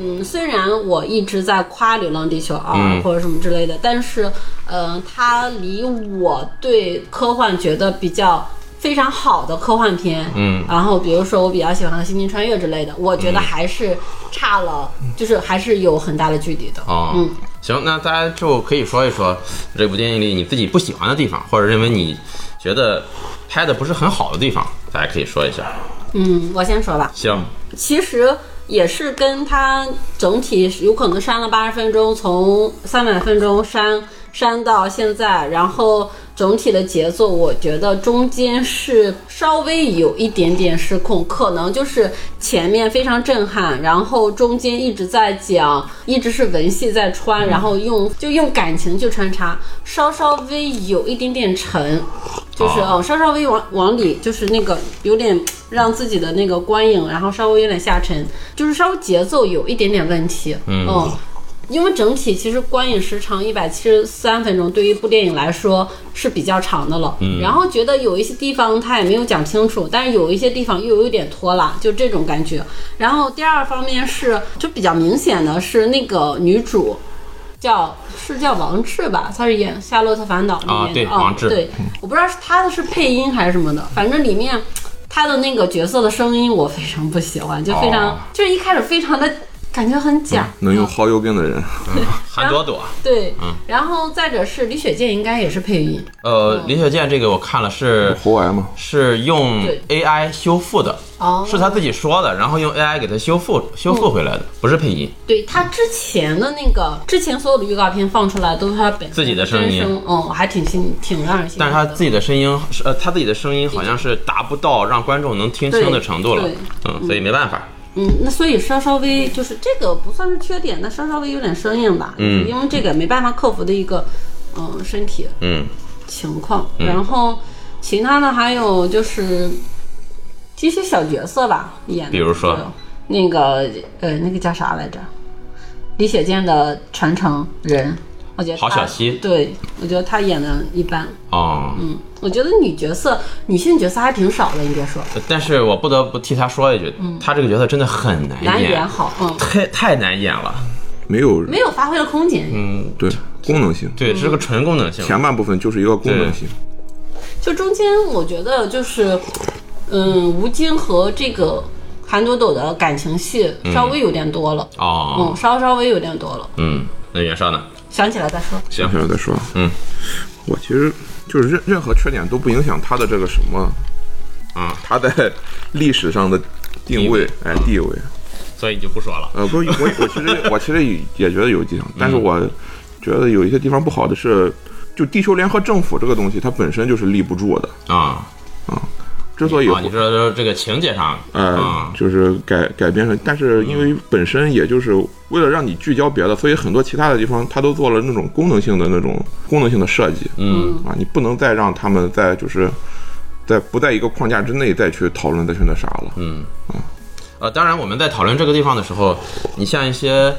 嗯虽然我一直在夸《流浪地球二》嗯或者什么之类的，但是，呃，它离我对科幻觉得比较非常好的科幻片，嗯，然后比如说我比较喜欢的《星际穿越》之类的，我觉得还是差了，就是还是有很大的距离的。哦，行，那大家就可以说一说这部电影里你自己不喜欢的地方，或者认为你觉得拍的不是很好的地方，大家可以说一下。嗯，我先说吧。行，其实也是跟它整体有可能删了八十分钟，从三百分钟删删到现在，然后整体的节奏，我觉得中间是稍微有一点点失控，可能就是前面非常震撼，然后中间一直在讲，一直是文戏在穿，然后用就用感情去穿插，稍稍微有一点点沉，就是哦哦，稍稍微往往里，就是那个有点让自己的那个观影，然后稍微有点下沉，就是稍微节奏有一点点问题。哦嗯因为整体其实观影时长一百七十三分钟，对于一部电影来说是比较长的了。嗯然后觉得有一些地方他也没有讲清楚，但是有一些地方又有一点拖拉，就这种感觉。然后第二方面是，就比较明显的是那个女主。叫是叫王志吧，她是演《夏洛特烦恼》啊里对面的哦王志对，我不知道是她的是配音还是什么的，反正里面她的那个角色的声音我非常不喜欢，就非常、哦就是一开始非常的感觉很假，能有好友病的人， 韩朵朵，对，嗯然后再者是李雪健应该也是配音，呃，李雪健这个我看了是喉癌嘛，是用对 AI 修复的，哦嗯是他自己说的，然后用 AI 给他修复修复回来的，不是配音。对他之前的那个之前所有的预告片放出来都是他本自己的声真音声，嗯，还挺新，挺让人欣喜的。但是他自己的声音是呃，他自己的声音好像是达不到让观众能听清的程度了对对，嗯，所以没办法。嗯，那所以稍稍微就是这个不算是缺点，但稍稍微有点生硬吧，嗯因为这个没办法克服的一个嗯身体嗯，情况。然后其他的还有就是一些小角色吧演的，比如说那个呃那个叫啥来着？李雪健的传承人，我觉得郝他小溪对我觉得他演的一般。哦，嗯，我觉得女角色、女性角色还挺少的，你别说，但是我不得不替他说一句，他这个角色真的很嗯难男演演，好，嗯，太太难演了。没有没有发挥的空间。嗯，对功能性，对，这是个纯功能性。前半部分就是一个功能性，就中间我觉得就是，嗯，吴京和这个韩朵朵的感情戏嗯稍微有点多了，嗯，啊哦，稍稍微有点多了，嗯，那袁绍呢？想起来再说。行接，下来再说。嗯，我其实就是任任何缺点都不影响他的这个什么，嗯，他在历史上的定位，哎，地位。所以你就不说了。呃，不是我，我其实我其实也也觉得有地方，但是我觉得有一些地方不好的是，就地球联合政府这个东西，它本身就是立不住的。啊之所以啊，你说这个情节上，呃啊，，嗯就是改改编成，但是因为本身也就是为了让你聚焦别的，所以很多其他的地方它都做了那种功能性的那种功能性的设计。嗯啊，你不能再让他们在就是在不在一个框架之内再去讨论再去那啥了。嗯呃，当然我们在讨论这个地方的时候，你像一些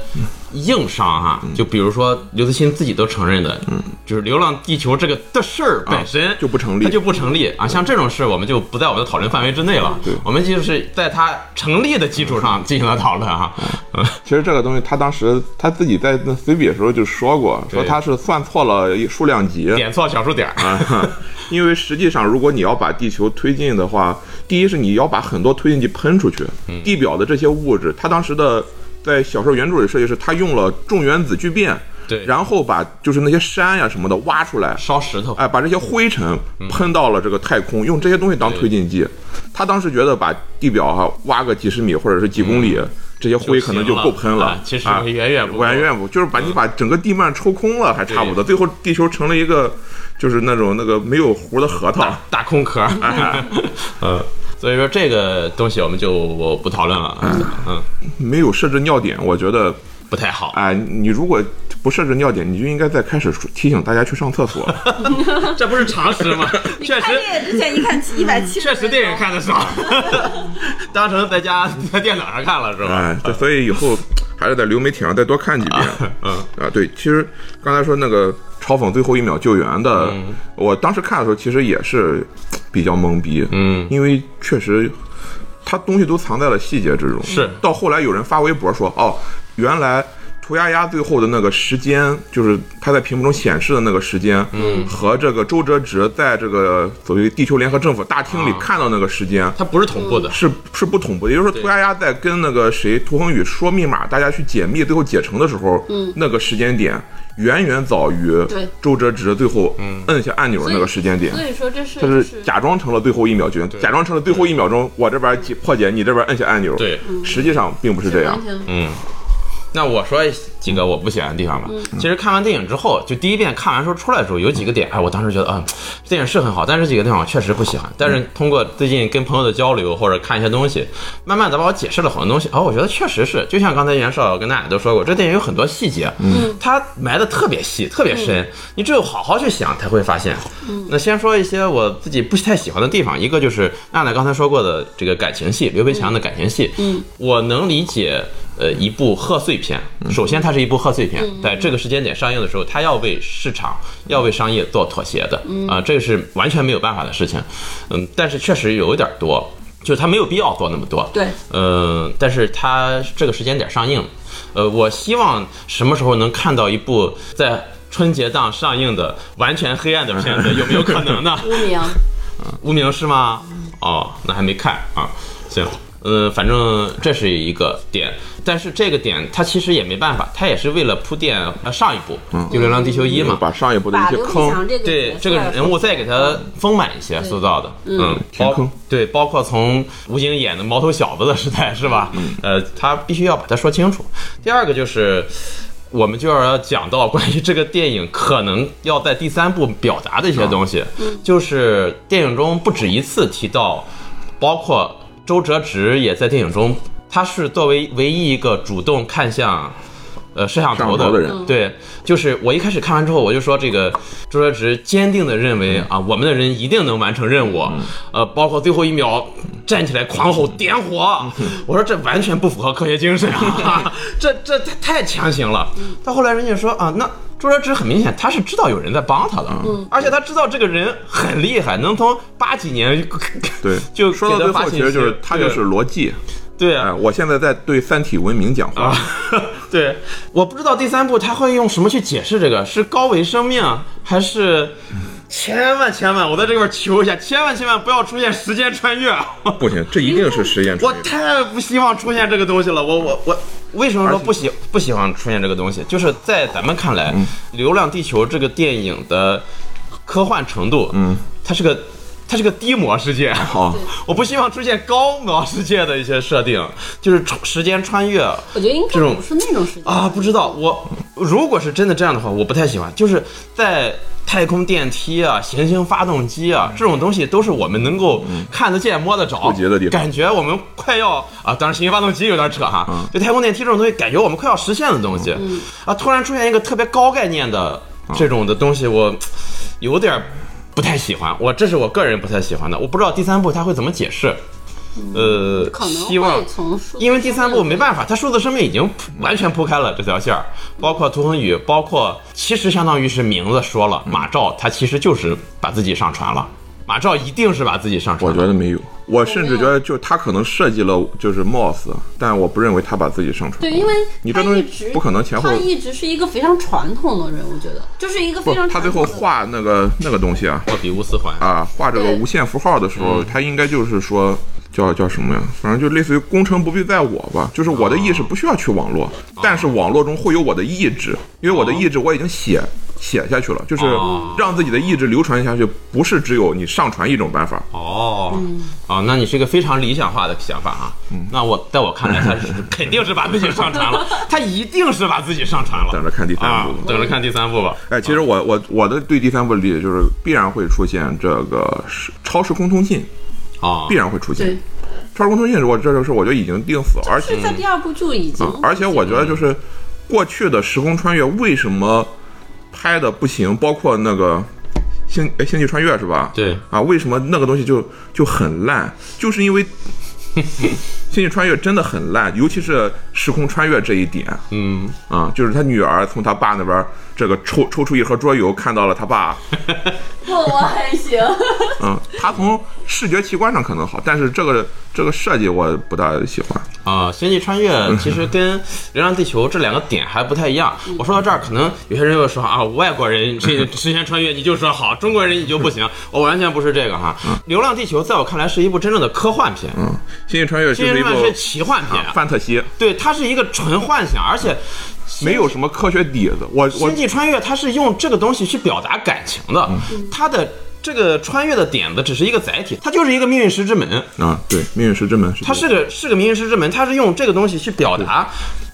硬伤哈，嗯就比如说刘慈欣自己都承认的，就是《流浪地球》这个的事儿本身、啊就不成立它就不成立啊。像这种事我们就不在我们的讨论范围之内了，对我们就是在它成立的基础上进行了讨论啊。嗯其实这个东西，他当时他自己在那随笔的时候就说过，说对他是算错了一数量级，点错小数点儿，啊， 因为实际上，如果你要把地球推进的话，第一是你要把很多推进剂喷出去，嗯地表的这些物质，它当时的在小说原著里设计是，它用了重原子聚变，对然后把就是那些山呀、什么的挖出来，烧石头。哎，把这些灰尘嗯喷到了这个太空，用这些东西当推进剂。他当时觉得把地表哈、挖个几十米或者是几公里，嗯这些灰可能就够喷啊其实啊远远不够远远不，就是把你把整个地幔抽空了还差不多。最后地球成了一个就是那种那个没有核的核桃。大空壳儿，哎 嗯，所以说这个东西我们就我不讨论了，哎嗯，没有设置尿点，我觉得，不太好。哎，你如果不设置尿点，你就应该在开始提醒大家去上厕所。这不是常识 吗？确实，电影之前一看一百七确实电影看的 少，当成在家在电脑上看了是吧？哎，对，所以以后还是在流媒体上再多看几遍。嗯啊，对，其实刚才说那个嘲讽最后一秒救援的，嗯我当时看的时候其实也是比较懵逼，嗯，因为确实他东西都藏在了细节之中。是到后来有人发微博说，哦，原来涂鸦鸦最后的那个时间，就是它在屏幕中显示的那个时间，嗯，和这个周哲直在这个所谓地球联合政府大厅里啊看到那个时间，它不是同步的，是是不同步的，也就是说，涂鸦鸦在跟那个谁涂恒宇说密码，大家去解密，最后解成的时候，嗯，那个时间点远远早于对周哲直最后摁下按钮的那个时间点所，以说这是他就是是假装成了最后一秒决定，假装成了最后一秒钟，我这边解破解，你这边摁下按钮，对，实际上并不是这样完，全嗯。那我说几个我不喜欢的地方吧。其实看完电影之后，就第一遍看完时候出来的时候，有几个点，哎，我当时觉得，啊、电影是很好，但是几个地方我确实不喜欢。但是通过最近跟朋友的交流或者看一些东西，慢慢的帮我解释了很多东西。哦，我觉得确实是，就像刚才袁绍跟大家都说过，这电影有很多细节，嗯，它埋的特别细，特别深，你只有好好去想才会发现。那先说一些我自己不太喜欢的地方，一个就是娜娜刚才说过的这个感情戏，刘培强的感情戏，嗯，我能理解。呃，一部贺岁片，首先它是一部贺岁片，在这个时间点上映的时候，它要为市场、要为商业做妥协的，啊、这个是完全没有办法的事情，嗯，但是确实有一点多，就是它没有必要做那么多，对，呃，但是它这个时间点上映，呃，我希望什么时候能看到一部在春节档上映的完全黑暗的片子，有没有可能呢？污名。无名是吗？哦，那还没看啊。行，呃，反正这是一个点，但是这个点它其实也没办法，它也是为了铺垫呃上一部，就《流浪地球一》嘛。把上一步的一把些刘启强坑，这个对角色这个人物再给他丰满一些塑造的，嗯，包填坑对，包括从吴京演的毛头小子的时代是吧？嗯呃，他必须要把它说清楚。第二个就是。我们就要讲到关于这个电影可能要在第三部表达的啊一些东西，嗯就是电影中不止一次提到，包括周哲直也在电影中，他是作为唯一一个主动看向呃摄像头摄像头的人对，就是我一开始看完之后，我就说这个周哲直坚定的认嗯为啊，我们的人一定能完成任务，呃，包括最后一秒站起来狂吼点火，嗯我说这完全不符合科学精神 啊，这这太太强行了。到后来人家说啊，那。周哲直很明显，他是知道有人在帮他的，嗯而且他知道这个人很厉害，能从八几年对， 就说到给他最发后，信其实就是息他就是逻辑，对哎，啊，我现在在对《三体》文明讲话， 对，我不知道第三部他会用什么去解释这个，是高维生命还是？千万千万，我在这块求一下，千万千万不要出现时间穿越， 不行，这一定是实验我出来的。太不希望出现这个东西了。我我我，为什么说不喜不喜欢出现这个东西？就是在咱们看来，流浪地球》这个电影的科幻程度，嗯，它是个它是个低模世界，好， 我不希望出现高模世界的一些设定，就是时间穿越，我觉得应这该种不是那种事情啊，不知道我如果是真的这样的话，我不太喜欢。就是在太空电梯啊、行星发动机啊这种东西，都是我们能够看得见、摸得着、触及的地方感觉我们快要啊，当然行星发动机有点扯哈。就太空电梯这种东西，感觉我们快要实现的东西，嗯啊，突然出现一个特别高概念的这种的东西，我有点儿不太喜欢。我这是我个人不太喜欢的，我不知道第三部他会怎么解释。呃，嗯可能希望会从数字因为第三部没办法，他数字生命已经铺完全铺开了这条线儿，包括涂恒宇，包括其实相当于是名字说了，马照他其实就是把自己上传了，马照一定是把自己上我传觉了。得没有，我甚至觉得就他可能设计了就是 Moss，但我不认为他把自己上传。对，因为你他这东一西直不可能前后他一直是一个非常传统的人，我觉得就是一个不非常，他传最统后的画那个那个东西啊我比乌斯环，啊，画这个对无限符号的时候，他应该就是说叫叫什么呀？反正就类似于功成不必在我吧，就是我的意识不需要去网络，但是网络中会有我的意志，因为我的意志我已经写。写下去了，就是哦让自己的意志流传下去，不是只有你上传一种办法。哦，哦，那你是一个非常理想化的想法啊。嗯那我在我看来，他 是肯定是把自己上传了，他一定是把自己上 传了。等着看第三啊部吧，等着看第三部吧。哎，其实我我我的对第三部的理解就是必然会出现这个时超时空通信，啊必，然会出现对。超时空通信，我这就是我觉得已经定死了，而且是在第二部就已经啊，而且我觉得就是过去的时空穿越为什么拍的不行，包括那个星哎星际穿越是吧？对啊，为什么那个东西就 就很烂？就是因为星际穿越真的很烂，尤其是时空穿越这一点嗯，啊，就是他女儿从他爸那边儿这个抽抽出一盒桌游，看到了他爸，不，我很哦行。 嗯，他从视觉奇观上可能好，但是这个这个设计我不大喜欢。啊、星际穿越 其实跟《流浪地球》这两个点还不太一样。嗯我说到这儿，可能有些人又说啊，外国人 这时间穿越你就说好，中国人你就不行。我完全不是这个哈，流浪地球》在我看来是一部真正的科幻片，嗯，星际穿越就星是际一穿越是部奇幻片，啊范特西，对，它是一个纯幻想，而且没有什么科学底子。我我星际穿越它是用这个东西去表达感情的，嗯它的这个穿越的点子只是一个载体，它就是一个命运石之门，啊，对，命运石之门是它是个是个命运石之门，它是用这个东西去表达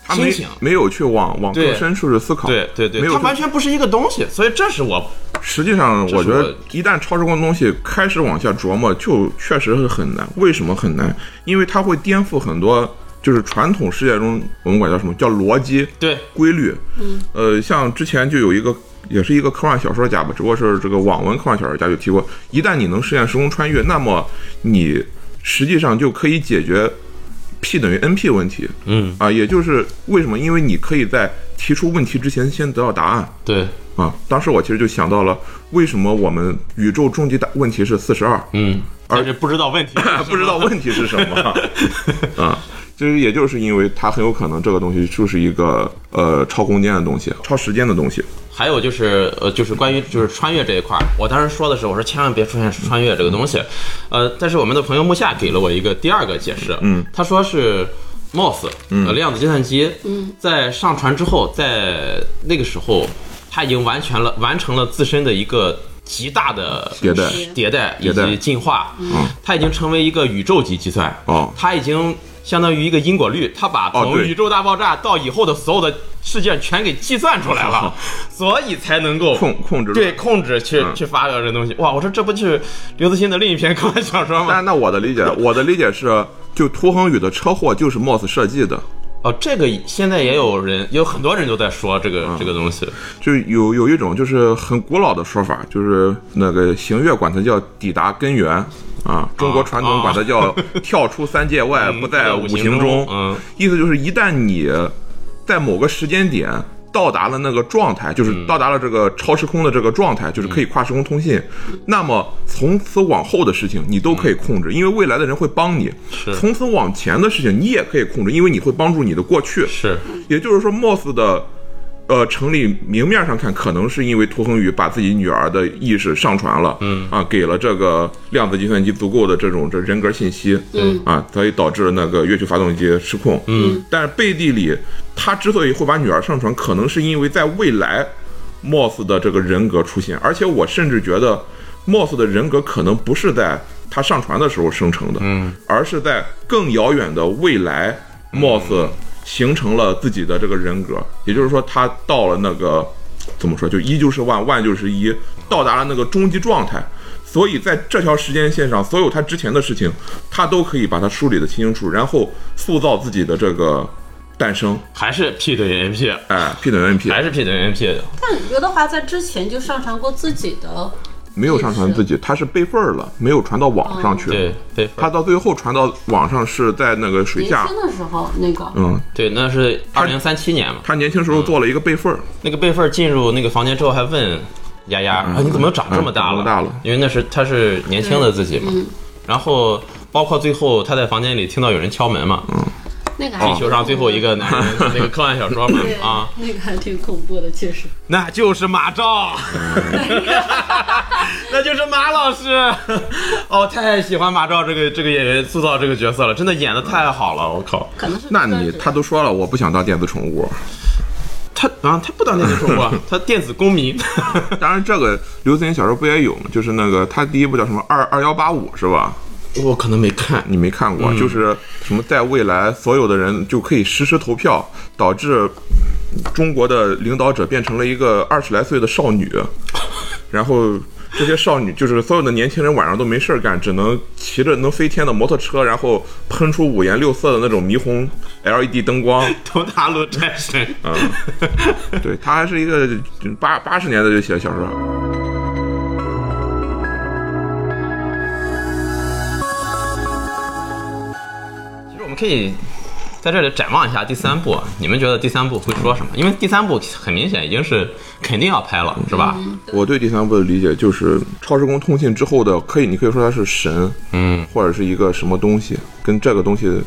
他心没情。没有去往往对更深处去思考，对对对，没有它去。完全不是一个东西，所以这是我实际上，这我是觉我得一旦超时空的东西开始往下琢磨，就确实是很难。为什么很难？因为它会颠覆很多，就是传统世界中我们管叫什么叫逻辑对规律。嗯，呃，像之前就有一个。也是一个科幻小说家吧，只不过是这个网文科幻小说家就提过，一旦你能实现时空穿越，那么你实际上就可以解决 P 等于 NP 问题。嗯啊，也就是为什么？因为你可以在提出问题之前先得到答案。对啊，当时我其实就想到了，为什么我们宇宙终极大问题是四十二， 嗯，而且不知道问题不知道问题是什么啊？就是也就是因为它很有可能这个东西就是一个呃超空间的东西、超时间的东西。还有就是呃，就是关于就是穿越这一块儿，我当时说的时候，我说千万别出现穿越这个东西，呃，但是我们的朋友木夏给了我一个第二个解释，嗯，他说是 MOS，嗯，量子计算机，嗯，在上传之后，在那个时候，它已经完全了完成了自身的一个极大的迭代迭代以迭代及进化，嗯，它已经成为一个宇宙级计算，哦它已经。相当于一个因果律，它把哦从对宇宙大爆炸到以后的所有的事件全给计算出来 了，所以才能够控控制嗯对控制去、去发表这东西。哇，我说这不就是刘慈欣的另一篇 科幻小说吗？但那我的理解，我的理解是，就涂恒宇的车祸就是 MOS 设计的，哦，这个现在也有人，有很多人都在说这个、嗯这个东西。就有有一种就是很古老的说法，就是那个行乐管它叫抵达根源啊，中国传统管它叫跳出三界外，嗯不在五行行 中。嗯，意思就是一旦你在某个时间点到达了那个状态，就是到达了这个超时空的这个状态，就是可以跨时空通信，嗯那么从此往后的事情你都可以控制，因为未来的人会帮你是；从此往前的事情你也可以控制，因为你会帮助你的过去。是也就是说，MOS 的呃成立，明面上看可能是因为涂恒宇把自己女儿的意识上传了，嗯啊，给了这个量子计算机足够的这种这人格信息，嗯啊，所以导致了那个乐曲发动机失控，嗯，但是背地里他之所以会把女儿上传，可能是因为在未来 MOS 的这个人格出现，而且我甚至觉得 MOS 的人格可能不是在他上传的时候生成的，嗯，而是在更遥远的未来，MOS 形成了自己的这个人格，也就是说，他到了那个怎么说，就一就是万，万就是一，到达了那个终极状态。所以在这条时间线上，所有他之前的事情，他都可以把它梳理的清清楚，然后塑造自己的这个诞生。还是 P 等于 NP，哎，P 等于 NP，还是 P 啊等于 NP 但刘德华在之前就上传过自己的，没有上传自己，他是备份儿了，没有传到网上去。对对他到最后传到网上是在那个水年下轻，的时候那个，嗯，对，那是二零三七年嘛。他年轻时候做了一个备份儿，那个备份进入那个房间之后，还问丫丫、啊：“你怎么长这么大了？”嗯长这么大了因为那是他是年轻的自己嘛。然后包括最后他在房间里听到有人敲门嘛，嗯那个还地球上最后一个，个男人那个科幻小说嘛对啊，，那个还挺恐怖的，确实。那就是马照，那就是马老师。哦，太喜欢马照这个这个演员塑造这个角色了，真的演的太好了，我靠！可能是那你他都说了，我不想当电子宠物。他啊，他不当电子宠物 啊，他电子公民。 当然，这个刘慈欣小时候不也有吗？就是那个他第一部叫什么二二幺八五是吧？我可能没看，你没看过，就是什么在未来所有的人就可以实时投票，导致中国的领导者变成了一个二十来岁的少 女，然后这些少女就是所有的年轻人晚上都没事儿干，只能骑着能飞天的摩托车，然后喷出五颜六色的那种霓虹 LED 灯光。 头大陆战神。嗯对，他还是一个八八十年代就写的小说。其实我们可以在这里展望一下第三部，你们觉得第三部会说什么？因为第三部很明显已经是肯定要拍了，是吧？我对第三部的理解就是，超时空通信之后的，可以你可以说它是神，嗯，或者是一个什么东西，跟这个东西，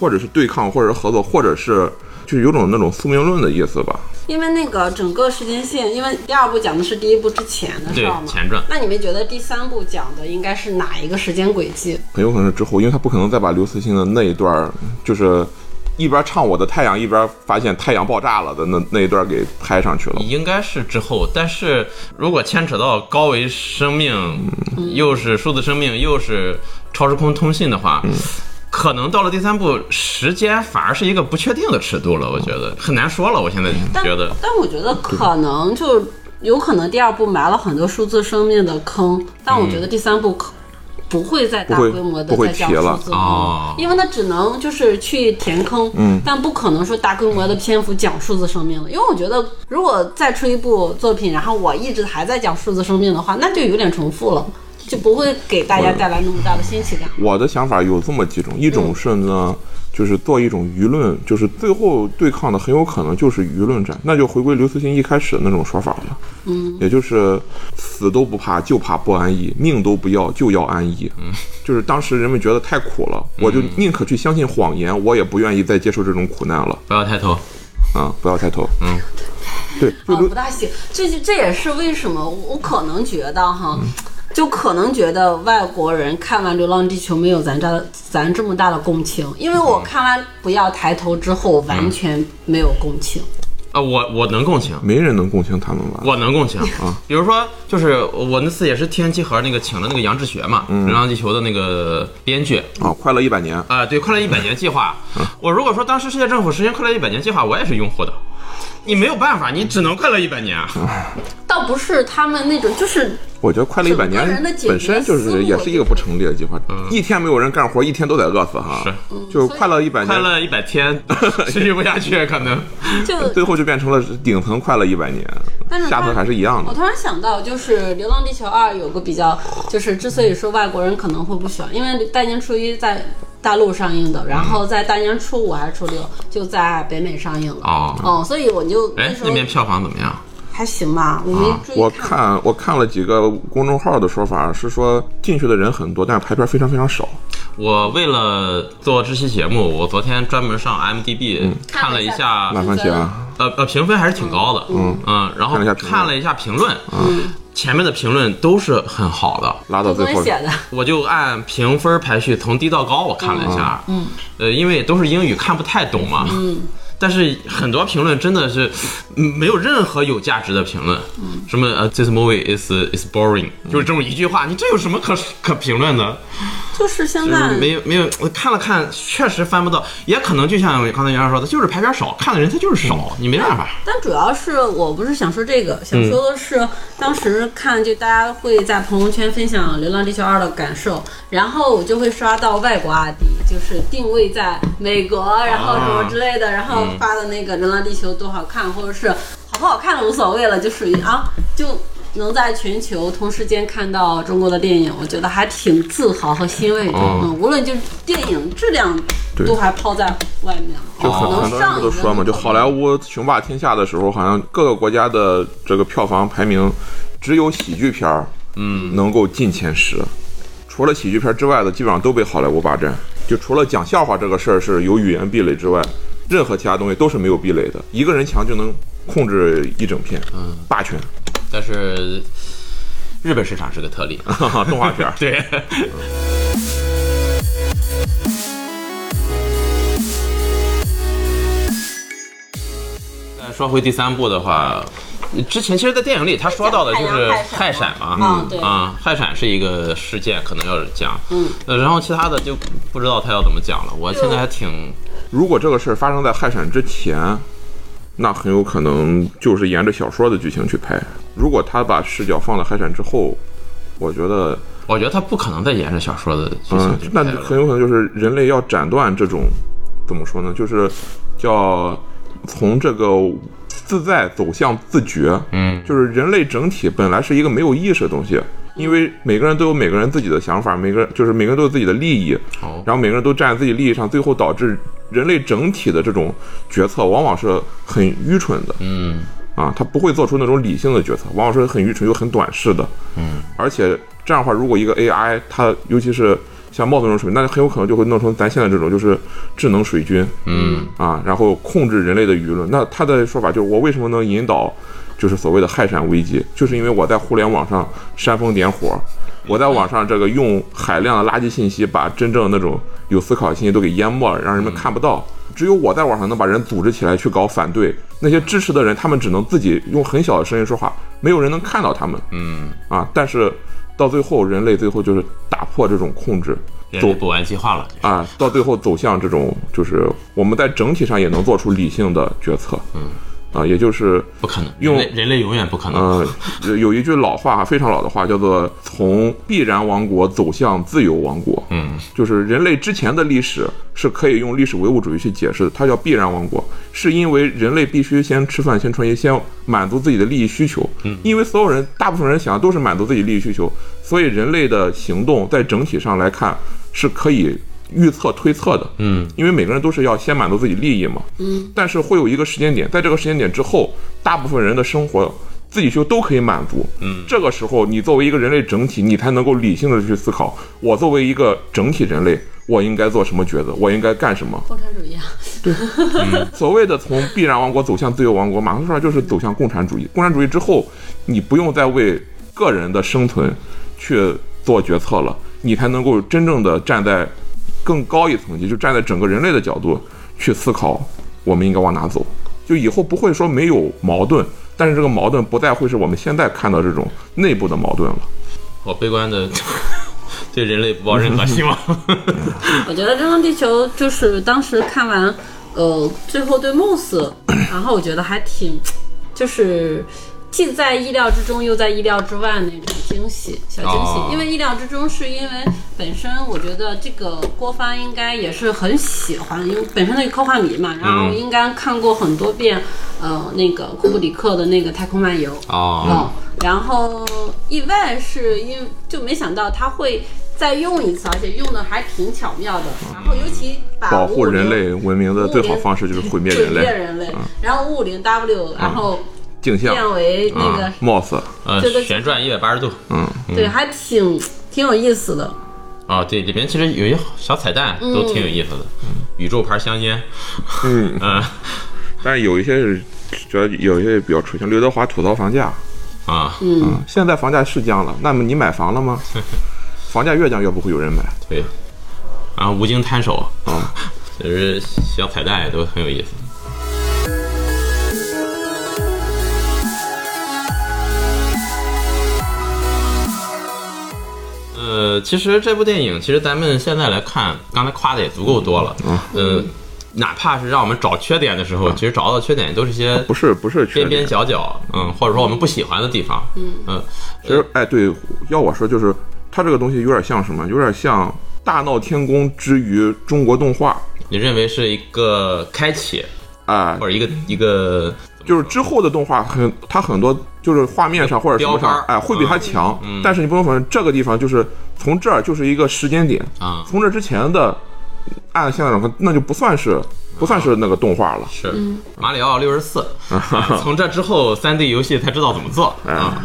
或者是对抗，或者是合作，或者是就是有种那种宿命论的意思吧。因为那个整个时间线，因为第二部讲的是第一部之前的事对儿嘛，前传那你们觉得第三部讲的应该是哪一个时间轨迹？很有可能是之后，因为他不可能再把刘慈欣的那一段儿，就是一边唱我的太阳，一边发现太阳爆炸了的那那一段儿给拍上去了。应该是之后，但是如果牵扯到高维生命，又是数字生命，又是超时空通信的话，可能到了第三部，时间反而是一个不确定的尺度了。我觉得很难说了。我现在但觉得，但我觉得可能就有可能第二部埋了很多数字生命的坑，但我觉得第三部可。不会再大嗯不会规模的不会再讲提数了啊字哦命，因为它只能就是去填坑，嗯但不可能说大规模的篇幅讲数字生命了。因为我觉得，如果再出一部作品，然后我一直还在讲数字生命的话，那就有点重复了，就不会给大家带来那么大的新奇感。我的想法有这么几种，一种是呢，就是做一种舆论，就是最后对抗的很有可能就是舆论战，那就回归刘慈欣一开始的那种说法了。嗯，也就是死都不怕，就怕不安逸，命都不要，就要安逸。嗯，就是当时人们觉得太苦了，我就宁可去相信谎言，我也不愿意再接受这种苦难了。不要抬头。啊，不要抬头。嗯，对，啊，就刘不大行。这就这也是为什么我可能觉得哈，嗯就可能觉得外国人看完《流浪地球》没有咱这咱这么大的共情，因为嗯我看完《不要抬头》之后完全没有共情。啊，我我能共情，没人能共情他们吧？我能共情啊。比如说，就是我那次也是天机盒那个请了那个杨志学嘛，《流浪地球》的那个编剧，啊，快乐一百年。啊、对，快乐一百年计划。我如果说当时世界政府实行快乐一百年计划，我也是拥护的。你没有办法，你只能快乐一百年啊。倒不是他们那种，就是我觉得快乐一百年整个人的解决本身就思路是也是一个不成立的计划，一天没有人干活，一天都得饿死哈。嗯是，嗯就是快乐一百快年，乐一百 天持续不下去，可能就最后就变成了顶层快乐一百年但是，它下层还是一样我的。突然想到，就是《流浪地球二》有个比较，就是之所以说外国人可能会不喜欢，因为大年初一在大陆上映的，然嗯后在大年初五还是初六就在北美上映了。哦。哦，所以我就那哎，时那候边票房怎么样？还行吧，我没嗯注意啊我看我看了几个公众号的说法是说进去的人很多，但是排片非常非常少。我为了做这期节目，我昨天专门上 m d b 看了一下烂番茄啊，呃呃，评分还是挺高的，嗯然后看了一下评论看了一下评论，嗯，前面的评论都是很好的，拉到昨最天后写的，我就按评分排序从低到高，我看了一下，嗯，呃，因为都是英语，看不太懂嘛，嗯。但是很多评论真的是嗯没有任何有价值的评论，什么呃、t h i s movie is is boring，就是这么一句话，你这有什么可可评论的？就是现就在是没有没有，我看了看，确实翻不到，也可能就像刚才袁亮说的，就是排片少，看的人他就是少，你没办法。但主要是我不是想说这个，嗯想说的是、当时看就大家会在朋友圈分享《流浪地球二》的感受，然后我就会刷到外国阿迪，就是定位在美国，然后什啊么之类的，然后嗯发的那个《流浪地球》多好看，或者是好不好看无所谓了，就属于啊就。能在全球同时间看到中国的电影，我觉得还挺自豪和欣慰的。哦嗯，无论就是电影质量，对都还抛在外面了，哦就很能很多人上不一都个说嘛，就好莱坞雄霸天下的时候，好像各个国家的这个票房排名，只有喜剧片儿，嗯，能够进前十，除了喜剧片之外的，基本上都被好莱坞霸占。就除了讲笑话这个事儿是有语言壁垒之外，任何其他东西都是没有壁垒的。一个人强就能控制一整片，嗯，霸权， 但是日本市场是个特 例，。哈哈，动画片儿 对。再说回第三部的话，之前其实，在电影里他说到的就海是氦洋氦闪闪嘛，嗯对啊，氦闪是一个事件，可能要讲，嗯呃，然后其他的就不知道他要怎么讲了。我现在还挺，如果这个事儿发生在氦闪之前，那很有可能就是沿着小说的剧情去拍。如果他把视角放到氦闪之后，我觉得，我觉得他不可能再沿着小说的剧嗯情去，拍那了。很有可能就是人类要斩断这种，怎么说呢？就是叫从这个自在走向自觉。嗯，就是人类整体本来是一个没有意识的东西，因为每个人都有每个人自己的想法，每个就是每个人都有自己的利益，好，然后每个人都站在自己利益上，最后导致人类整体的这种决策往往是很愚蠢的，嗯，啊，他不会做出那种理性的决策，往往是很愚蠢又很短视的。嗯，而且这样的话，如果一个 AI，它尤其是像帽子这种水平，那很有可能就会弄成咱现在这种，就是智能水军。嗯，啊，然后控制人类的舆论。那他的说法就是，我为什么能引导，就是所谓的氦闪危机，就是因为我在互联网上煽风点火。我在网上这个用海量的垃圾信息，把真正那种有思考的信息都给淹没了，让人们看不到。只有我在网上能把人组织起来去搞反对，那些支持的人，他们只能自己用很小的声音说话，没有人能看到他们。嗯，啊，但是到最后，人类最后就是打破这种控制，人走类不玩计划了，就是啊，到最后走向这种，就是我们在整体上也能做出理性的决策。嗯，啊，也就是不可能，用人类人类永远不可能。呃，有有一句老话，非常老的话，叫做“从必然王国走向自由王国”。嗯，就是人类之前的历史是可以用历史唯物主义去解释的，它叫必然王国，是因为人类必须先吃饭、先穿衣、先满足自己的利益需求。嗯，因为所有人，大部分人想的都是满足自己利益需求，所以人类的行动在整体上来看是可以预测、推测的。嗯，因为每个人都是要先满足自己利益嘛。嗯，但是会有一个时间点，在这个时间点之后，大部分人的生活。自己就都可以满足，嗯，这个时候你作为一个人类整体，你才能够理性的去思考，我作为一个整体人类，我应该做什么抉择，我应该干什么。共产主义啊，所谓的从必然王国走向自由王国，马克思说就是走向共产主义。共产主义之后，你不用再为个人的生存去做决策了，你才能够真正的站在更高一层级，就站在整个人类的角度去思考我们应该往哪走。就以后不会说没有矛盾，但是这个矛盾不再会是我们现在看到这种内部的矛盾了。我悲观的 对人类不抱任何希 望。我觉得《流浪地球》就是当时看完，呃，最后对 Moss，然后我觉得还挺，就是既在意料之中又在意料之外那种惊喜，小惊喜。哦因为意料之中是因为本身我觉得这个郭帆应该也是很喜欢，因为本身那个科幻迷嘛，然后嗯应该看过很多遍，呃，那个库布里克的那个《太空漫游》。哦，嗯，然后意外是因为就没想到他会再用一次，而且用的还挺巧妙的。然后尤其把保护550人类文明的最好方式就是毁灭毁人灭类。嗯人类，然后五五零 W，然后镜像变为那个啊，Moss，呃这个，旋转一百八十度。嗯，对，还挺挺有意思的。哦，对，里边其实有一些小彩蛋，都挺有意思的。宇宙牌香烟， 嗯嗯但是有一些是觉得有一些比较扯，像刘德华吐槽房价，啊，嗯，现在房价是降了，那么你买房 了吗？房价越降越不会有人买，对，然后无精摊手，啊、 就是小彩蛋也都很有意思。呃，其实这部电影，其实咱们现在来看，刚才夸的也足够多了。嗯、呃，哪怕是让我们找缺点的时候，其实找到的缺点都是一些嗯不是不是缺边边点。角角，嗯，或者说我们不喜欢的地方。嗯嗯，其实哎，对，要我说就是它这个东西有点像什么，有点像大闹天宫之于中国动画你认为是一个开启，啊、或者一个一个就是之后的动画很，它很多就是画面上或者什么标上杆，哎，会比它强。嗯但是你不能否认，这个地方就是从这儿就是一个时间点，啊、从这之前的按现在来看，那就不算啊是不算是那个动画了。是马里奥六十四，啊从这之后三 D 游戏才知道怎么 做嗯啊。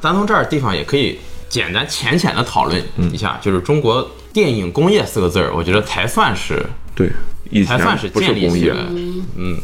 咱从这儿地方也可以简单浅浅的讨论嗯一下，就是中国电影工业四个字儿，我觉得才算是对，以前才算是不是建立工起业来，。嗯，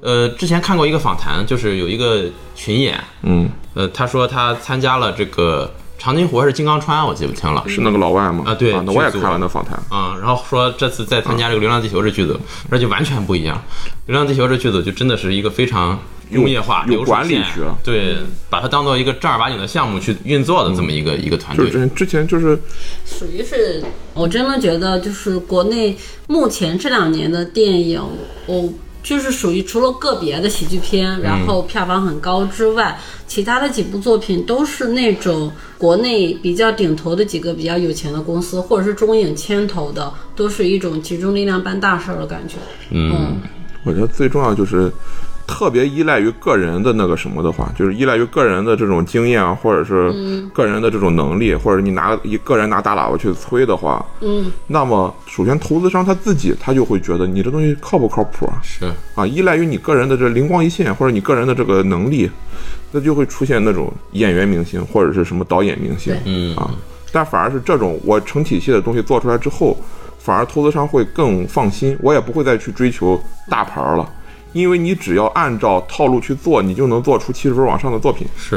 呃，之前看过一个访谈，就是有一个群演，嗯，呃，他说他参加了这个长津湖还是金刚川，我记不清了，是那个老外吗？啊对那我也剧看组了那访谈。嗯，然后说这次再参加这个《流浪地球》这剧组，那就完全不一样。《流浪地球》这剧组就真的是一个非常工业化、有有流水管理线学对，把它当做一个正儿八经的项目去运作的这么一个、一个团嗯就队是之。前之前就是属于是，我真的觉得就是国内目前这两年的电影，我就是属于除了个别的喜剧片，然后票房很高之外，其他的几部作品都是那种国内比较顶头的几个比较有钱的公司，或者是中影牵头的，都是一种集中力量办大事儿的感觉。嗯，嗯我觉得最重要就是特别依赖于个人的那个什么的话，就是依赖于个人的这种经验啊，或者是个人的这种能力，或者你拿一个人拿大喇叭去催的话，嗯，那么首先投资商他自己他就会觉得你这东西靠不靠谱啊？是啊，依赖于你个人的这灵光一现，或者你个人的这个能力，那就会出现那种演员明星或者是什么导演明星，对嗯啊，但反而是这种我成体系的东西做出来之后，反而投资商会更放心，我也不会再去追求大牌儿了，因为你只要按照套路去做，你就能做出七十分往上的作品。是，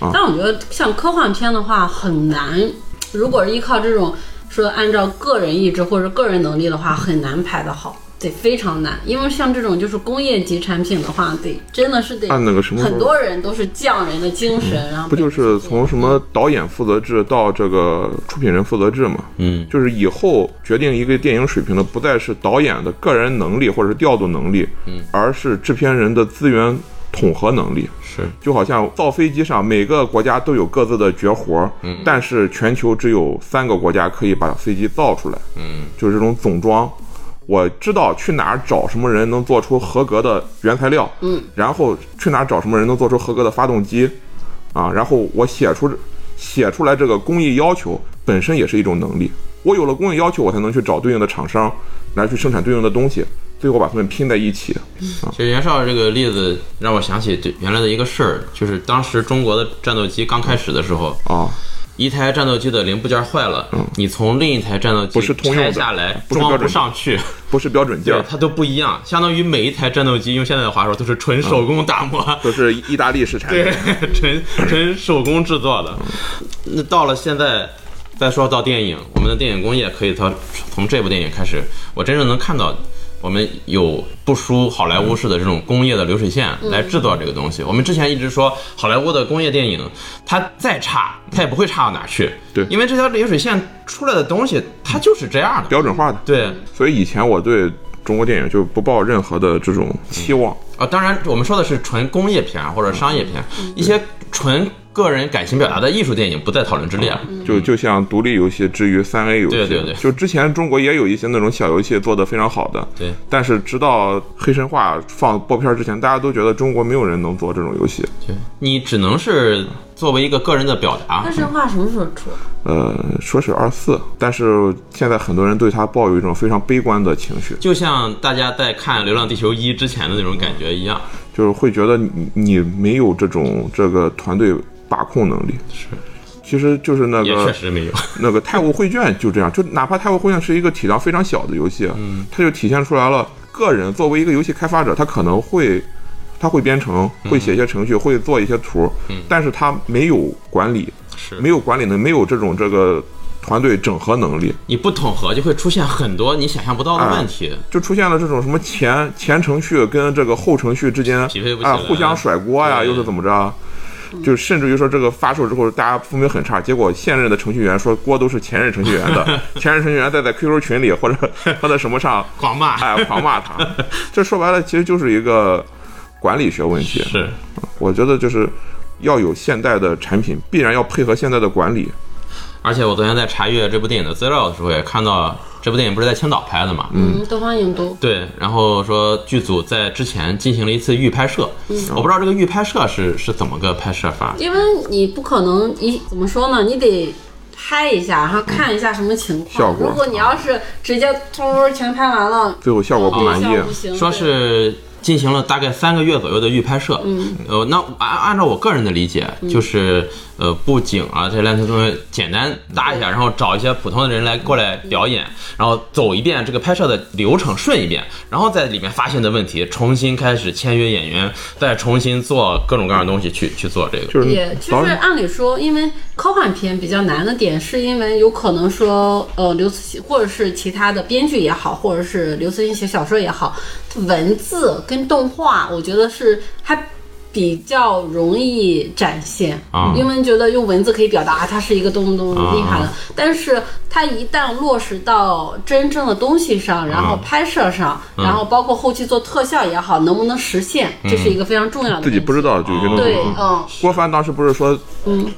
啊但我觉得像科幻片的话很难，如果是依靠这种说按照个人意志或者个人能力的话，很难拍得好，得非常难。因为像这种就是工业级产品的话，得真的是得按那个什么时候嗯很多人都是匠人的精神，然后不就是从什么导演负责制到这个出品人负责制嘛？嗯，就是以后决定一个电影水平的，不再是导演的个人能力或者是调度能力，嗯，而是制片人的资源统合能力。是就好像造飞机上每个国家都有各自的绝活，嗯，但是全球只有三个国家可以把飞机造出来，嗯，就是这种总装。我知道去哪儿找什么人能做出合格的原材料，嗯，然后去哪儿找什么人能做出合格的发动机，啊，然后我写出写出来这个工艺要求本身也是一种能力。我有了工艺要求，我才能去找对应的厂商来去生产对应的东西，最后把它们拼在一起。其实袁绍这个例子让我想起对原来的一个事儿，就是当时中国的战斗机刚开始的时候，啊，一台战斗机的零部件坏了，你从另一台战斗机嗯不是通用拆的下来不是标装准的不上去，不是标准件对儿，，它都不一样，相当于每一台战斗机用现在的话说都是纯手工打磨。都是意大利式产品对。， 纯纯手工制作的。那到了现在，再说到电影，我们的电影工业可以从从这部电影开始，我真正能看到。我们有不输好莱坞式的这种工业的流水线来制作这个东西。我们之前一直说好莱坞的工业电影，它再差，它也不会差到哪去。对因为这条流水线出来的东西，它就是这样的。标准化的。对，所以以前我对中国电影就不抱任何的这种期望。啊，当然，我们说的是纯工业片啊或者商业片，一些纯个人感情表达的艺术电影不在讨论之列了。就就像独立游戏之于三 A 游戏，嗯对对对就之前中国也有一些那种小游戏做得非常好的，对但是直到黑神话放播片之前，大家都觉得中国没有人能做这种游戏。对，你只能是作为一个个人的表达黑。神话什么时候出？呃，说是二四，但是现在很多人对它抱有一种非常悲观的情绪，就像大家在看《流浪地球一》之前的那种感觉一样，就是会觉得你你没有这种这个团队把控能力。是，其实就是那个也确实没有。那个太晤绘卷就这样，就哪怕太晤绘卷是一个体量非常小的游戏，嗯，它就体现出来了个人作为一个游戏开发者，他可能会他会编程，会写一些程序，会做一些图，嗯，但是他没有管理，是没有管理能，没有这种这个团队整合能力， 你不统合，就会出现很多你想象不到的问题。就出现了这种什么前前程序跟这个后程序之间匹配不起来啊互相甩锅呀，对又是怎么着啊？就甚至于说这个发售之后，大家风评很差，结果现任的程序员说锅都是前任程序员 的，前任程序员再在 QQ 群里或者 他的什么上，狂骂哎，狂骂 他。这说白了，其实就是一个管理学问题。是，我觉得就是要有现代的产品，必然要配合现代的管理。而且我昨天在查阅这部电影的资料的时候，也看到这部电影不是在青岛拍的嘛？嗯，东方影都对，然后说剧组在之前进行了一次预拍摄，我不知道这个预拍摄是是怎么个拍摄法。因为你不可能一怎么说呢，你得。拍一下，然后看一下什么情况。效果如果你要是直接突全拍完了，最后效果不满对意效，哦不行说是进行了大概三个月左右的预拍摄。嗯，呃，那按按照我个人的理解，嗯就是呃布景啊这类的东西简单搭一下，然后找一些普通的人来过来表演，嗯然后走一遍这个拍摄的流程顺一遍，然后在里面发现的问题，重新开始签约演员，再重新做各种各样的东西去去做这个。就是也其实导演按理说，因为科幻片比较难的点，是因为有可能说，呃，刘慈欣或者是其他的编剧也好，或者是刘慈欣写小说也好，文字跟动画，我觉得是还比较容易展现啊因为觉得用文字可以表达啊它是一个多么多么厉害的，但是它一旦落实到真正的东西上，然后拍摄上，然后包括后期做特效也好，能不能实现，这是一个非常重要的自己问题不知道就有些东西。对，嗯嗯。郭帆当时不是说，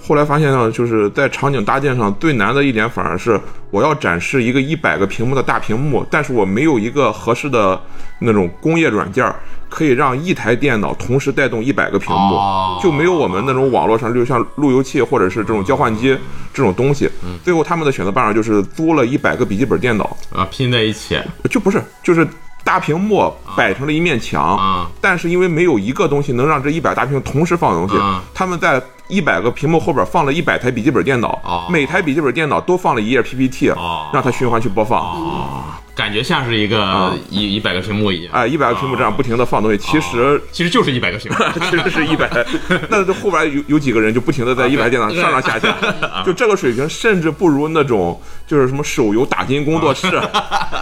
后来发现呢，就是在场景搭建上最难的一点，反而是我要展示一个一百个屏幕的大屏幕，但是我没有一个合适的那种工业软件儿，可以让一台电脑同时带动一百个屏幕，哦就没有我们那种网络上，就像路由器或者是这种交换机这种东西。最后他们的选择办法就是租了一百个笔记本电脑，啊，拼在一起，就不是就是。大屏幕摆成了一面墙，啊但是因为没有一个东西能让这一百大屏同时放东西，啊他们在一百个屏幕后边放了一百台笔记本电脑，哦每台笔记本电脑都放了一页 PPT，、哦让它循环去播放。感觉像是一个一一百个屏幕一样。哎，一百个屏幕这样不停的放东西，其实其实就是一百个屏幕，其实是一百， 那这后边有有几个人就不停的在一百电脑啊对啊上 上下下，就这个水平甚至不如那种就是什么手游打金工作室，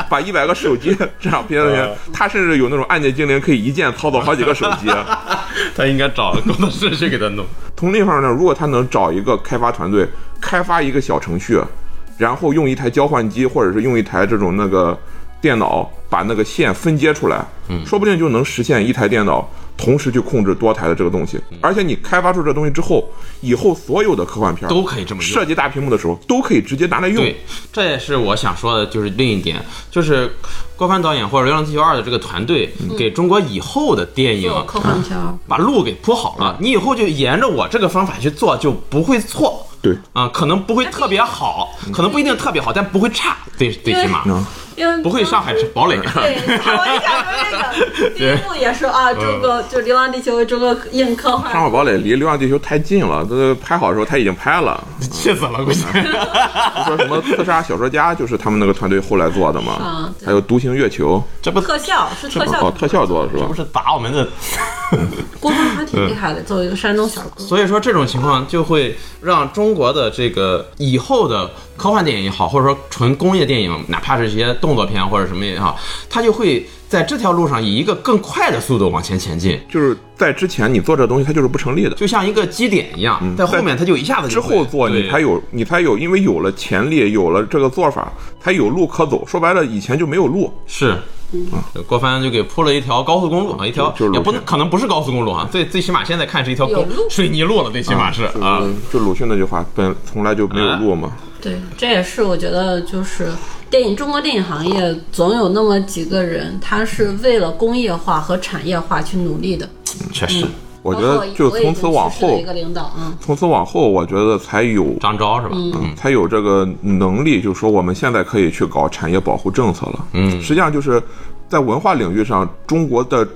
把一百个手机这样拼下啊去，他甚至有那种按键精灵可以一键操作好几个手机。 啊他应该找工作室去给他弄。从另一方面，如果他能找一个开发团队开发一个小程序，然后用一台交换机或者是用一台这种那个电脑把那个线分接出来，嗯，说不定就能实现一台电脑同时去控制多台的这个东西。而且你开发出这东西之后，以后所有的科幻片儿都可以这么用设计大屏幕的时候都可以直接拿来用。对，这也是我想说的，就是另一点，就是郭帆导演或者《流浪地球二》的这个团队嗯给中国以后的电影啊做科幻片儿，把路给铺好了，你以后就沿着我这个方法去做，就不会错。对啊、可能不会特别好，可能不一定特别好，但不会差，最最起码嗯因为不会上海是堡 垒。 对，我也想说这个，第一部也说啊，中国就《流浪地球》中国硬科幻上海堡垒离《流浪地球》太近了，这拍好的时候他已经 拍了。气死了，估 计。说什么刺杀小说家就是他们那个团队后来做的嘛啊，对还有独行月球，这不特效是特效哦，，特效做的是吧不？是打我们的，郭帆还嗯挺厉害的，作为一个山东小哥，所以说这种情况就会让中国的这个以后的科幻电影也好，或者说纯工业电影，哪怕是一些动作片或者什么也好，它就会在这条路上以一个更快的速度往前前进，就是在之前你做这东西它就是不成立的，就像一个基点一样，在后面它就一下子之就会后做你嗯对才有你才有，因为有了潜力，有了这个做法，才有路可走。说白了，以前就没有路，是，郭帆嗯就给铺了一条高速公路啊，一条就就是也不能路线可能不是高速公路啊，最最起码现在看是一条有公路水泥路了，最起码是就是嗯啊啊，就鲁迅那句话，本从来就没有路嘛。对，这也是我觉得就是电影中国电影行业总有那么几个人，他是为了工业化和产业化去努力的。确实嗯我觉包括得就我也从此往已经去世的后一，个领导，嗯，从此往后，我觉得才有张昭是吧？嗯，才有这个能力，就是说我们现在可以去搞产业保护政策了。嗯，实际上就是在文化领域上，中国的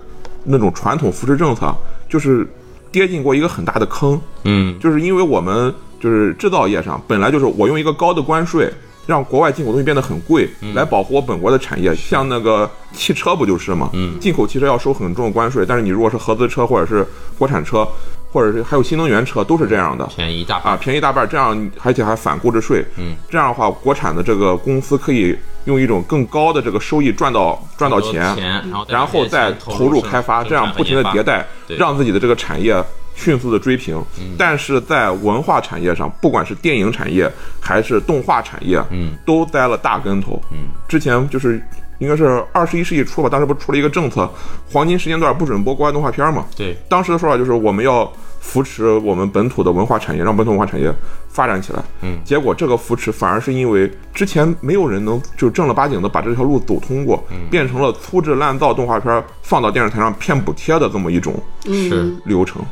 那种传统扶持政策，就是跌进过一个很大的坑。嗯，就是因为我们就是制造业上本来就是我用一个高的关税。让国外进口东西变得很贵，来保护我本国的产业，像那个汽车不就是嘛？进口汽车要收很重的关税，但是你如果是合资车或者是国产车，或者是还有新能源车，都是这样的。便宜一大半。啊，便宜大半儿，这样而且还反估值税，嗯，这样的话，国产的这个公司可以用一种更高的这个收益赚到赚到钱，钱，然后然后再投入开发，这样不停的迭，代，对嗯让自己的这个产业迅速的追平。但是在文化产业上，不管是电影产业还是动画产业，嗯，都栽了大跟头。嗯，之前就是。应该是二十一世纪初吧，当时不是出了一个政策，黄金时间段不准播国外动画片嘛？对，当时的说法就是我们要扶持我们本土的文化产业，让本土文化产业发展起来。嗯，结果这个扶持反而是因为之前没有人能就正儿八经的把这条路走通过，变成了粗制滥造动画片儿放到电视台上骗补贴的这么一种嗯是流程。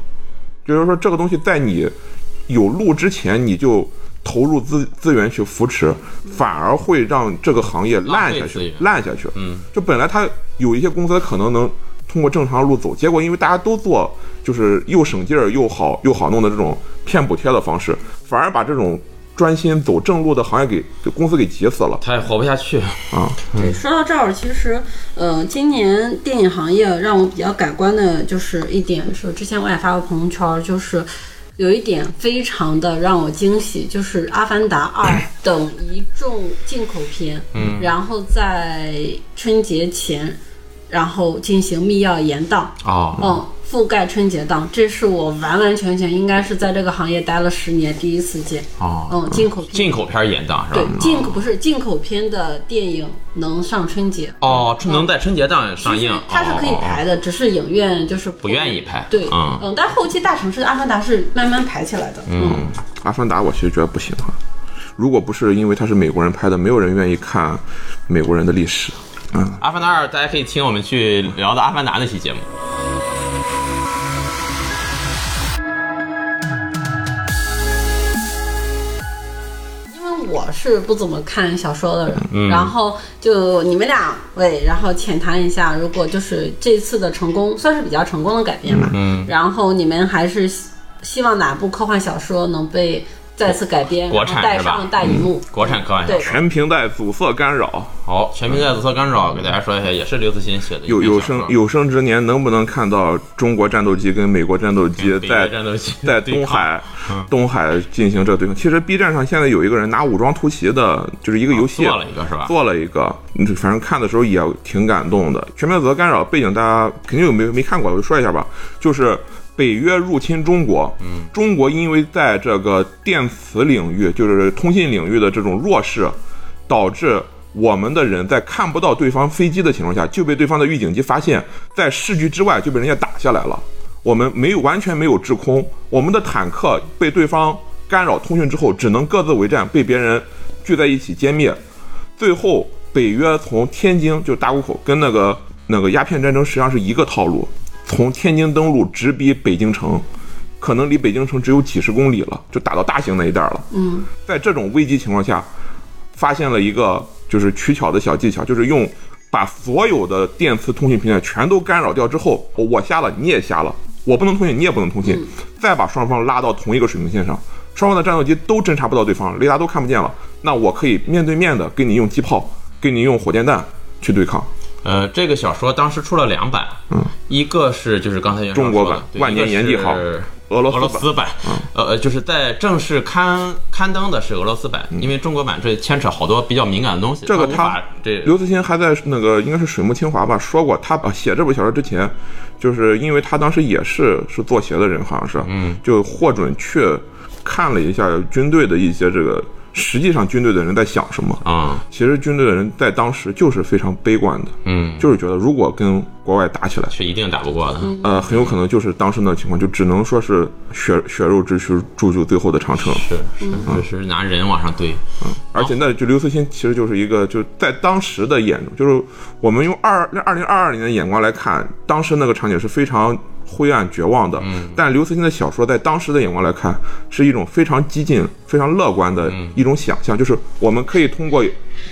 就是说，这个东西在你有路之前，你就投入资资源去扶持，反而会让这个行业烂下浪费资去源，烂下去。嗯，就本来它有一些公司可能能通过正常路走，结果因为大家都做就是又省劲儿又好又好弄的这种骗补贴的方式，反而把这种专心走正路的行业给就公司给急死了他也活不下去。啊！对，说到这儿，其实，呃，今年电影行业让我比较改观的就是一点，是之前我也发过朋友圈儿，就是有一点非常的让我惊喜，就是《阿凡达二》等一众进口片，嗯，然后在春节前，然后进行密钥延档，哦，嗯，覆盖春节档，这是我完完全全应该是在这个行业待了十年第一次见，哦，嗯，进口片。进口片延档是对吧？进口不是进口片的电影能上春节，哦，春能在春节档上其映哦实，它是可以排的，只是影院就是不不愿意。拍。对，嗯，嗯，但后期大城市的《阿凡达》是慢慢排起来的，嗯，阿凡达我其实觉得不行啊，如果不是因为它是美国人拍的，没有人愿意看美国人的历史。阿凡达二，大家可以听我们去聊的阿凡达那期节目。我是不怎么看小说的人，嗯然后就你们两位，然后浅谈一下，如果就是这次的成功，算是比较成功的改编吧。嗯，然后你们还是希希望哪部科幻小说能被再次改编，国然后产带是吧嗯上大荧幕？国产科幻小对说。全屏在阻塞干扰，好，《全民在紫色干扰》给大家说一下，也是刘慈欣写的一有篇有小说生有生之年能不能看到中国战斗机跟美国战斗机北在约嗯战斗机在对抗东海东海进行这对抗？其实 B 站上现在有一个人拿武装突袭的，就是一个游戏啊做了一个是吧？做了一个，嗯反正看的时候也挺感动的。全面责干扰背景大家肯定有没没看过，我就说一下吧，就是。北约入侵中国，嗯，中国因为在这个电磁领域，就是通信领域的这种弱势，导致我们的人在看不到对方飞机的情况下，就被对方的预警机发现，在视距之外就被人家打下来了。我们没有完全没有制空，我们的坦克被对方干扰通讯之后，只能各自为战，被别人聚在一起歼灭。最后北约从天津就打谷口跟那个那个鸦片战争实际上是一个套路，从天津登陆直逼北京城，可能离北京城只有几十公里了，就打到大兴那一带了。嗯，在这种危机情况下，发现了一个就是取巧的小技巧，就是用把所有的电磁通信频段全都干扰掉之后，我我瞎了，你也瞎了，我不能通信，你也不能通信，再把双方拉到同一个水平线上，双方的战斗机都侦察不到对方，雷达都看不见了，那我可以面对面的跟你用机炮，跟你用火箭弹去对抗。呃，这个小说当时出了两版，一个是就是刚才袁绍嗯中国说的版对万年一个炎帝号是俄罗斯俄版嗯罗斯版，呃呃，就是在正式刊刊登的是俄罗斯版，因为中国版这牵扯好多比较敏感的东西，嗯这个无他法这刘慈欣还在那个应该是水木清华吧说过，他把写这部小说之前，就是因为他当时也是是做鞋的人，好像是，嗯，就获准去看了一下军队的一些这个，实际上军队的人在想什么。啊其实军队的人在当时就是非常悲观的，嗯，就是觉得如果跟国外打起来，是一定打不过的。呃，很有可能就是当时那情况，就只能说是血血肉之躯铸就最后的长城。是嗯是是，是拿人往上堆，而且那就刘慈欣其实就是一个，就在当时的眼中，就是我们用二二零二二年的眼光来看，当时那个场景是非常灰暗绝望的。但刘慈欣的小说在当时的眼光来看，是一种非常激进、非常乐观的一种想象，就是我们可以通过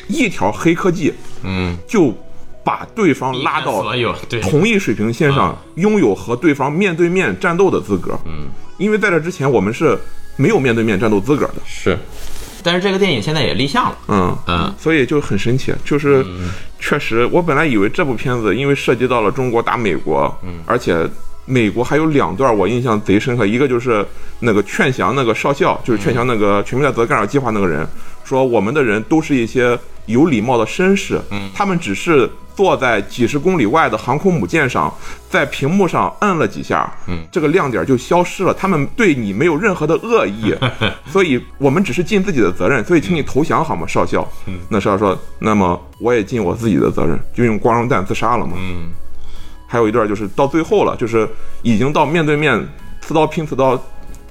一条黑科技，嗯，就把对方拉一到干嗯所有对同一水平线上拥有和对方面对面战斗的资格。嗯，因为在这之前我们是没有面对面战斗资格的。是，但是这个电影现在也立项了，嗯。嗯，所以就很神奇，啊就是确实，我本来以为这部片子因为涉及到了中国打美国，而且美国还有两段我印象贼深刻，一个就是那个劝降那个少校，就是劝降那个全民在责干扰计划那个人，说我们的人都是一些有礼貌的绅士，他们只是。坐在几十公里外的航空母舰上，在屏幕上摁了几下，这个亮点就消失了。他们对你没有任何的恶意，所以我们只是尽自己的责任。所以，请你投降好吗，少校？那少校说：“那么我也尽我自己的责任，就用光荣弹自杀了嘛。”嗯，还有一段就是到最后了，就是已经到面对面刺刀拼刺刀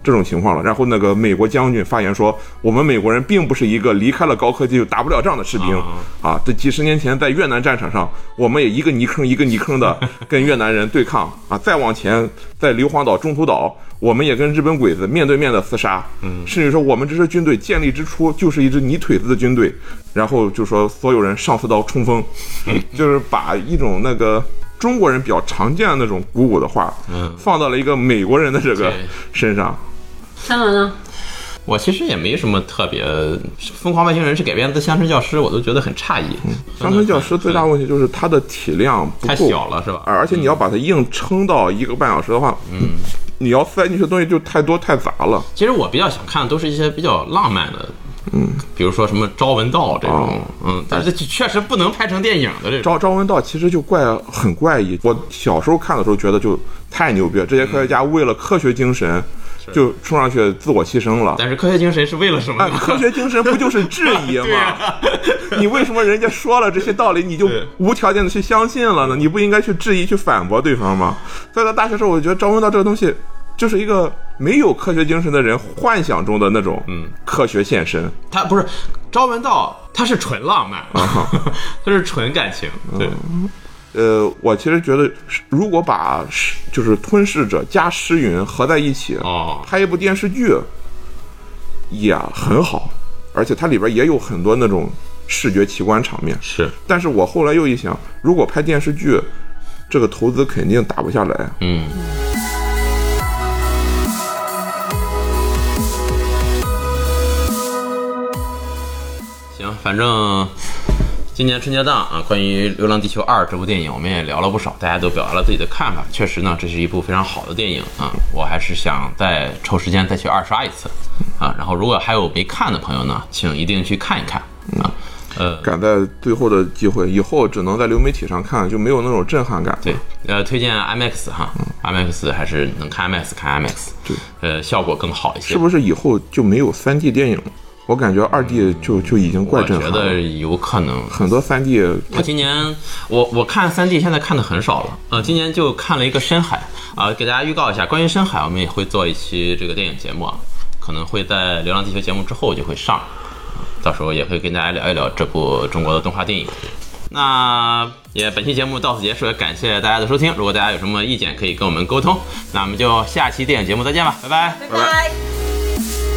这种情况了。然后那个美国将军发言说：“我们美国人并不是一个离开了高科技就打不了仗的士兵啊！这几十年前在越南战场上，我们也一个泥坑一个泥坑的跟越南人对抗啊！再往前，在硫磺岛、中途岛，我们也跟日本鬼子面对面的厮杀。嗯，甚至说我们这支军队建立之初就是一支泥腿子的军队。”然后就说所有人上刺刀冲 锋，就是把一种那个中国人比较常见的那种鼓舞的话，放到了一个美国人的这个对身上。山文呢？我其实也没什么特别，《疯狂外星人》是改编自《乡村教师》，我都觉得很诧异。乡村教师最大问题就是它的体量不太够，小了是吧？而而且你要把它硬撑到一个半小时的话，嗯，你要塞进去的东西就太多太杂了。其实我比较想看的都是一些比较浪漫的，嗯，比如说什么朝闻道这种，嗯，但是这确实不能拍成电影的这种。赵赵文道其实就怪很怪异，我小时候看的时候觉得就太牛逼了，这些科学嗯家为了科学精神就冲上去自我牺牲了。但是科学精神是为了什么啊呢？，科学精神不就是质 疑对吗？啊，你为什么人家说了这些道理，你就对无条件的去相信了呢？你不应该去质疑、去反驳对方吗？所以到大学时候，我觉得张文道这个东西，就是一个没有科学精神的人幻想中的那种科学现身。他不是朝闻道，他是纯浪漫， 他是纯感情，对，呃，我其实觉得是，如果把诗就是吞噬者加诗云合在一起，哦，拍一部电视剧也很好。而且它里边也有很多那种视觉奇观场面。是，但是我后来又一想，如果拍电视剧，这个投资肯定打不下来。嗯，行，反正今年春节档啊，关于《流浪地球二》这部电影，我们也聊了不少，大家都表达了自己的看法。确实呢，这是一部非常好的电影啊，我还是想再抽时间再去二刷一次啊。然后，如果还有没看的朋友呢，请一定去看一看啊。呃，赶在最后的机会，以后只能在流媒体上看，就没有那种震撼感。对，呃，推荐 IMAX 哈、i m a x 还是能看 IMAX 看 IMAX，对，呃，效果更好一些。是不是以后就没有3 D 电影了？我感觉2 D 就就已经怪我震觉撼得了，有可 能。很多3 D 我今年我我看三 D 现在看的很少了，呃，今年就看了一个深海啊、给大家预告一下，关于深海我们也会做一期这个电影节目啊，可能会在《流浪地球》节目之后就会上，到时候也会跟大家聊一聊这部中国的动画电影。那也本期节目到此结束，也感谢大家的收听。如果大家有什么意见，可以跟我们沟通。那我们就下期电影节目再见吧，拜拜。拜拜